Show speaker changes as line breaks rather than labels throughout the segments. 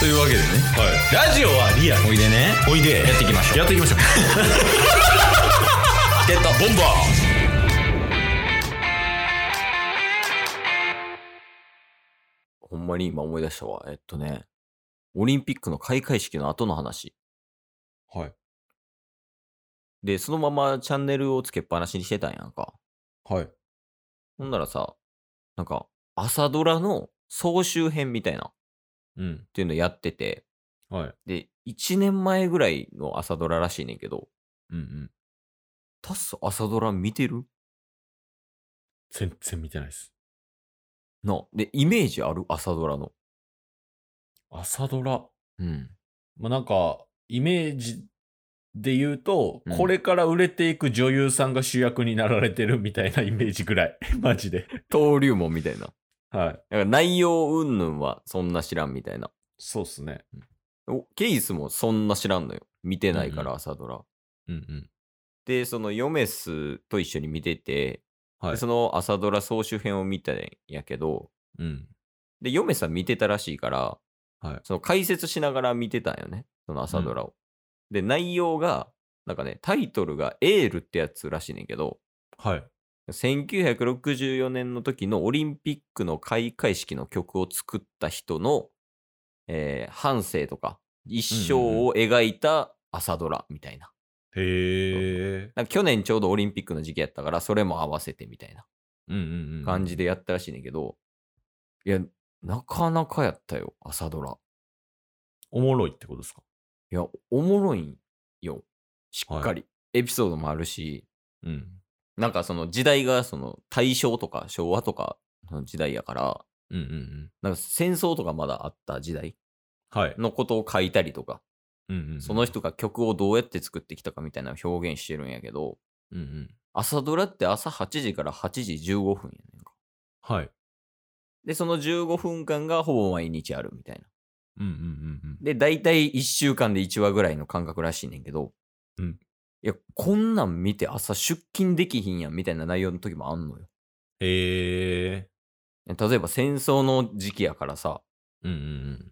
というわけでね
はい。ラジオはリアル。
おいでね
おいで。
やっていきましょう
やっていきましょう。
ゲットボンバ
ほんまに今思い出したわ。えっとね、オリンピックの開会式の後の話。
はい。
で、そのままチャンネルをつけっぱなしにしてたんやんか。
はい。
ほんならさ、なんか、朝ドラの総集編みたいなっ
うん。
ていうのやってて、
はい。
で、1年前ぐらいの朝ドラらしいねんけど、
うんうん。
タッス朝ドラ見てる
全然見てないです。
な、で、イメージある朝ドラの。
朝ドラ。
うん。
まあ、なんか、イメージで言うと、
うん
これから売れていく女優さんが主役になられてるみたいなイ メージぐらい。マジで。
登竜門みたいな。だか
はい。
ら内容云々はそんな知らんみたいな。
そうっすね。
おケイスもそんな知らんのよ。見てないか
うんう
ら
ん
朝ドラ。
うんうん。
で、そのヨメスと一緒に見てて、
は
で
い。
その朝ドラ総集編を見たんやけど、
うん。
で、ヨメスは見てたらしいから、
はい
その解説しながら見てたんよね、その朝ドラを。で、内容が、なんかね、タイトルがエールってやつらしいねんけど、
はい。
1964年の時のオリンピックの開会式の曲を作った人の、えー半生とか、一生を描いた朝ドラみたいな。
へえ。
なんか去年ちょうどオリンピックの時期やったから、それも合わせてみたいな
うんうんうん。
感じでやったらしいねんけど、いや、なかなかやったよ、朝ドラ。
おもろいってことですか
いや、おもろいんよ。しっかり。エピソードもあるし、
うん。
なんかその時代がその大正とか昭和とかの時代やから、
うんうんうん。
なんか戦争とかまだあった時代
はい。
のことを書いたりとか、
うんうんうん
その。人が曲をどうやって作ってきたかみたいなのを表現してるんやけど、
うんうん。
朝ドラって朝8時から8時15分やねんか。
はい。
で、その15分間がほぼ毎日あるみたいな。
うんうんうんうん。
で、大体1週間で1話ぐらいの感覚らしいねんけど、
うん
いや、こんなん見て朝出勤できひんやんみたいな内容の時もあんのよ。
へえ。
例えば戦争の時期やからさ、
うんうん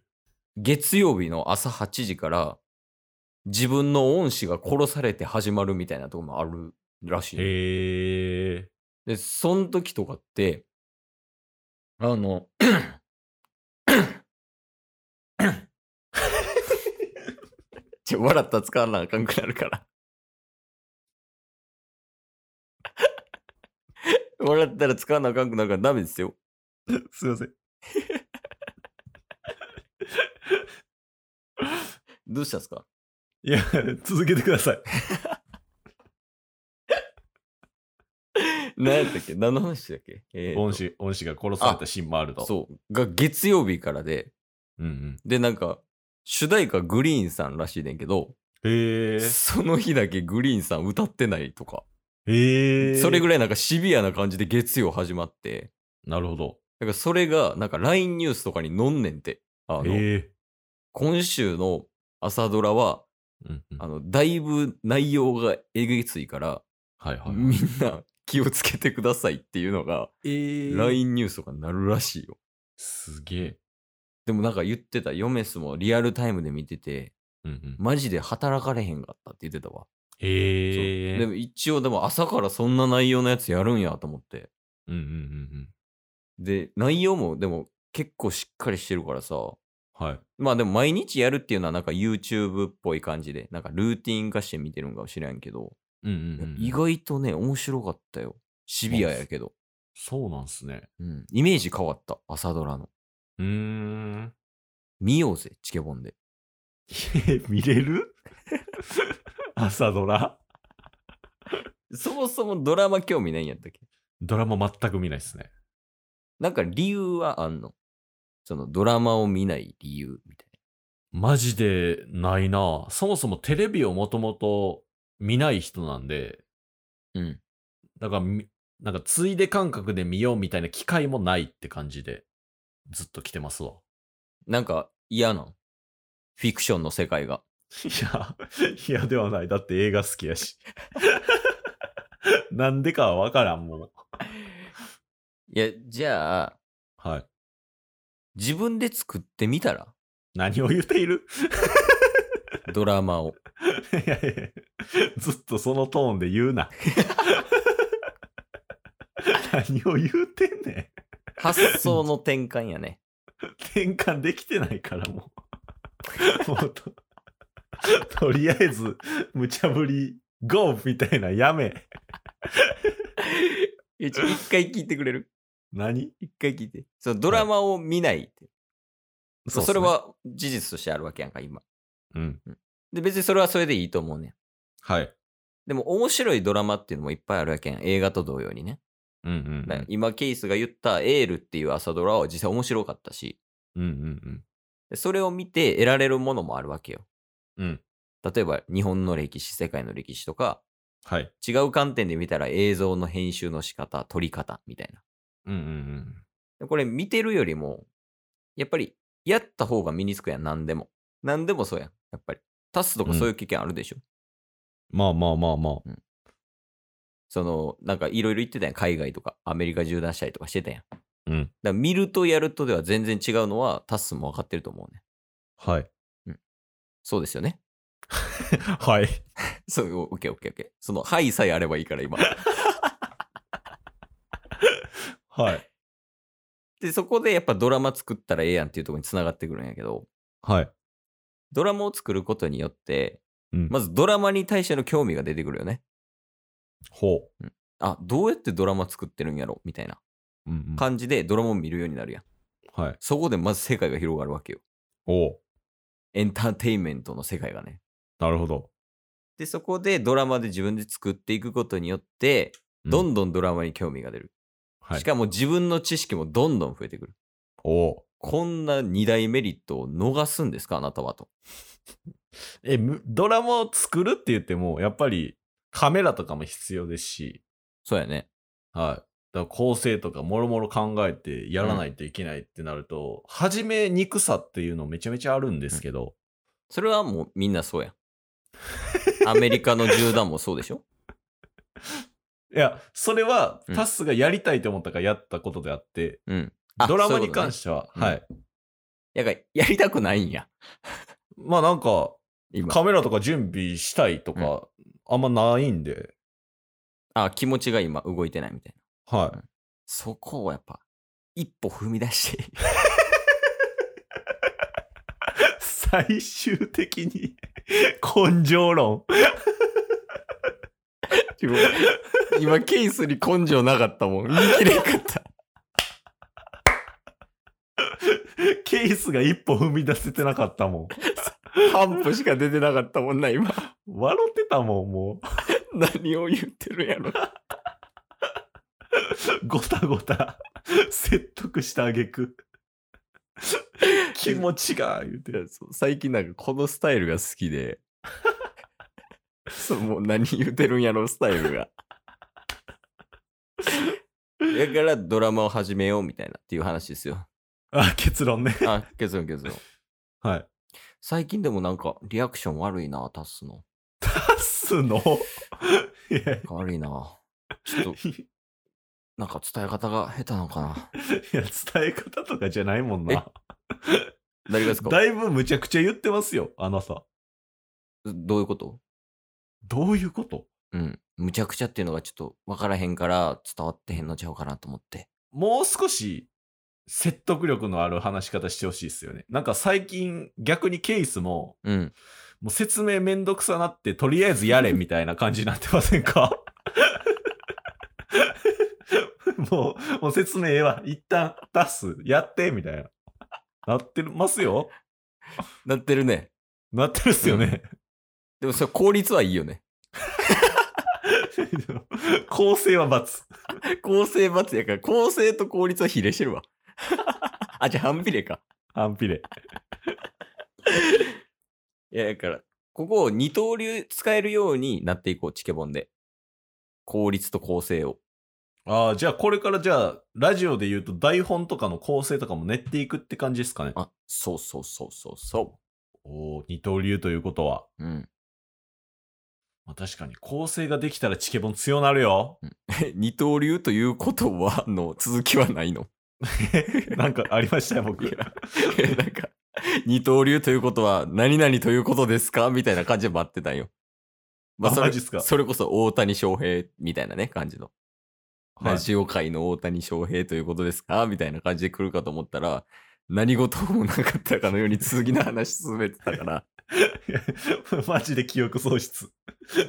月曜日の朝8時から自分の恩師が殺されて始まるみたいなとこもあるらし
う
い
ん。
の。
へえ。
で、その時とかって、あの、ちょ、笑ったら使わなあかんくなるから。笑ったら使わなあかんくなるからダメですよ。
すいません。
どうしたんですか
いや、 続けてください。
何やったっけ何の話だっけえーと
恩師、恩師が殺されたシーンもあると。
そう。が月曜日からで、
う。うん
で、なんか、主題歌グリーンさんらしいねんけど、
うん。へえ。
その日だけグリーンさん歌ってないとか。
へえ。
それぐ
ら
らいなんかシビアな感じで月曜始まって、
い。なるほど。
だからそれがなんか LINE ニュースとかに載んねんて。あの、
へえ。
今週の朝ドラは、
うんうん。
あ
はい
の、だいぶ内容がえげついから、
はいはい。
みんな 気をつけてくださいっていうのが、
え
LINE ニュースとかになるらしいよ。
すげえ。
でもなんか言ってた、ヨメスもリアルタイムで見てて、
うんうん。
マジで働かれへんかったって言ってたわ。そう
へえ。
でも一応でも朝からそんな内容のやつやるんやと思って。
うんうんうん
で、内容もでも結構しっかりしてるからさ、
うん。はい。
まあでも毎日やるっていうのはなんか YouTube っぽい感じで、なんかルーティン化して見てるんかもしれんけど、
うんうんうん。
意外とね、面白かったよ。シビアやけど。
そうなんすね。
うん。イメージ変わった、朝ドラの。
うーん。
見ようぜ、チケボンで。
見れる 朝ドラ
そもそもドラマ興味ないんやったっけ
ドラマ全く見ないですね。
なんか理由はあんのそのドラマを見ない理由みたい
マジでないなそもそもテレビをもともと見ない人なんで、
な。うん。
だからみ、なんか、ついで感覚で見ようみたいな機会もないって感じで、ずっと来てますわ。
なんか嫌なんフィクションの世界が。
いや、いやではない。だって映画好きやし。 なんでかはわからん、もう。
いや、じゃあ、
はい。
自分で作ってみたら
何を言っている
ドラマを。
いやいやずっとそのトーンで言う な。何を言うてんね
発想の転換や ね。
ん。転換できてないからもう。 もうととりあえず、無茶ぶり、ゴーみたいなやめ。
いやちょ一回聞いてくれる
何
一回聞いて。そのドラマを見ないって。そう
っすね
それ。は事実としてあるわけやんか、今。
うん。
で、別にそれはそれでいいと思うねん。
はい。
でも面白いドラマっていうのもいっぱいあるわけやん。映画と同様にね。
うんうん
だから今、ケイスが言ったエールっていう朝ドラは実際面白かったし、
うん。うんうん
でそれを見て得られるものもあるわけよ。
うん。うん。
例えば日本の歴史、世界の歴史とか、
はい。
違う観点で見たら映像の編集の仕方、撮り方みたいな。
うんうんうん。
でこれ見てるよりも、やっぱりやった方が身につくやん、何でも。何でもそうやん、やっぱり。タスとかそういう経験あるでしょ、
まあまあまあまあ。
その、なんかいろいろ言ってたやん、海外とか、アメリカ縦断したりとかしてたやん。だか
うん。
ら見るとやるとでは全然違うのは、タスも分かってると思うね。
はい。
そうですよね。
はい。
そう、オッケーオッケーオッケー。その、はいさえあればいいから今。
はい。
で、そこでやっぱドラマ作ったらええやんっていうところに繋がってくるんやけど、
はい。
ドラマを作ることによって、
うん。
まずドラマに対しての興味が出てくるよね。
ほ
あ、どうやってドラマ作ってるんやろみたいな
う。うん、うん。
感じでドラマを見るようになるやん。
はい。
そこでまず世界が広がるわけよ。
おう
エンターテインメントの世界がね。
なるほど。
で、そこでドラマで自分で作っていくことによって、ど
うん
んどんドラマに興味が出る。
はい
し。かも自分の知識もどんどん増えてくる。
おう
こんな二大メリットを逃すんですかあなたはと。
え、むドラマを作るって言っても、やっぱりカメラとかも必要ですし、
そうやね。
はい。だから構成とかもろもろ考えてやらないといけないってなると、初めにくさっていうのめちゃめちゃあるんですけど、
それはもうみんなそう やん。アメリカの銃弾もそうでしょ
いや、それは
うん
タスがやりたいと思ったからやったことであって、
うん。
ドラマに関
て。
しては、
そう
は
いう
い。
やがやりたくないんや。
まあなんか、
今。
カメラとか準備したいとか、あんまないんで、
あ、気持ちが今動いてないみたいな。
はい。
そこをやっぱ、一歩踏み出 して。
最終的に 根性論
今、ケースに根性なかったもん。言い切れなかった。
ケースが一歩踏み出せてなかったもん
半歩しか出てなかったもんな、今。
笑ってたもんも
何を言ってるんやろ。
うごたごた説得したあげ く気持ちが言うて
最近なんかこのスタイルが好き で。そう、もう何言ってるんやろ、スタイルが。だからドラマを始めようみたいなっていう話ですよ。
あ結論ね
あ、結論結論。
はい
最近でもなんかリアクション悪いな、タスの。
出すのいやい
悪いな。ち ょっと、なんか伝え方が下手なのかな。
や伝え方とかじゃないもんな
誰がですか
だいぶむちゃくちゃ言ってますよあなた
どういうこと
どういうこと
うん。むちゃくちゃっていうのがちょっと分からへんから伝わってへんのちゃうかなと思って。
もう少し説得力のある話し方してほしいですよね。なんか最近逆にケースも、
うん。
もう説明めんどくさなって、とりあえずやれみたいな感じになってませんかもう、もう説明は一旦出す、やってみたいな。なってますよ。
なってるね。
なってるっすよね。
でもそれ効率はいいよね。
構成は罰。
構成罰やから、構成と効率は比例してるわ。 あ、じゃあ反比例か。
反比例。
いや、だから、ここを二刀流使えるようになっていこう、チケボンで。効率と構成を。
ああ、じゃあこれからじゃあ、ラジオで言うと台本とかの構成とかも練っていくって感じですかね。
あ、そうそうそうそうそ
おー二刀流ということは、
う。うん。
まあ、確かに構成ができたらチケボン強なるよ。
二刀流ということは、の続きはないの。
なんかありましたよ、僕。
いやなんか、二刀流ということは何々ということですかみたいな感じで待ってたんよ。
あ
それ
マジっすか
それこそ大谷翔平みたいなね、感じの。
はい
ラジオ界の大谷翔平ということですかみたいな感じで来るかと思ったら、何事もなかったかのように続きの話進めてたから、
マジで記憶喪失。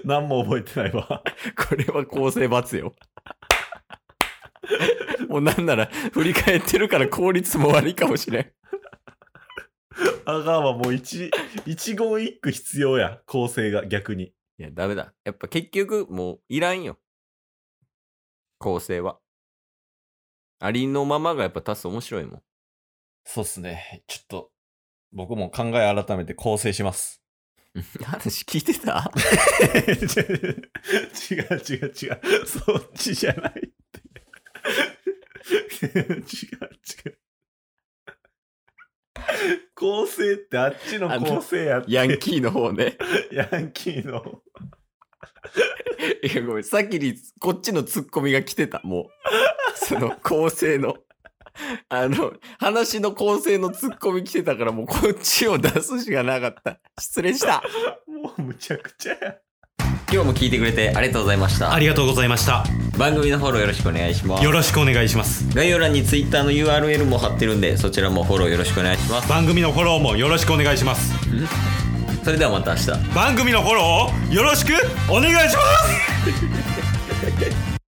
何も覚えてないわ。
これは構成罰 よ。もうなんなら振り返ってるから効率も悪いかもしれん。
あがんはもう一、一言一句必要や。構成が逆に。
いや、ダメだ。やっぱ結局、もういらんよ。構成は。ありのままがやっぱ足す面白いもん。
そうっすね。ちょっと、僕も考え改めて構成します。
話聞いてた
違う違う違う。そっちじゃないって。 違う違う。構成ってあっちの構成やっ て。
ヤンキーの方ね。
ヤンキーの。
いや、ごめん。先にこっちのツッコミが来てた、もう。 その構成の。 あの、話の構成のツッコミ来てたから、もうこっちを出すしかなかった。失礼した。
もうむちゃくちゃや。
今日も聞いてくれてありがとうございました。
ありがとうございました。
番組のフォローよろしくお願いします
よ。ろしくお願いします。
概要欄に Twitter の URL も貼ってるんでそちらもフォローよろしくお願いします
番組のフォローもよろしくお願いします。
それではまた明日
番組のフォローをよろしくお願いします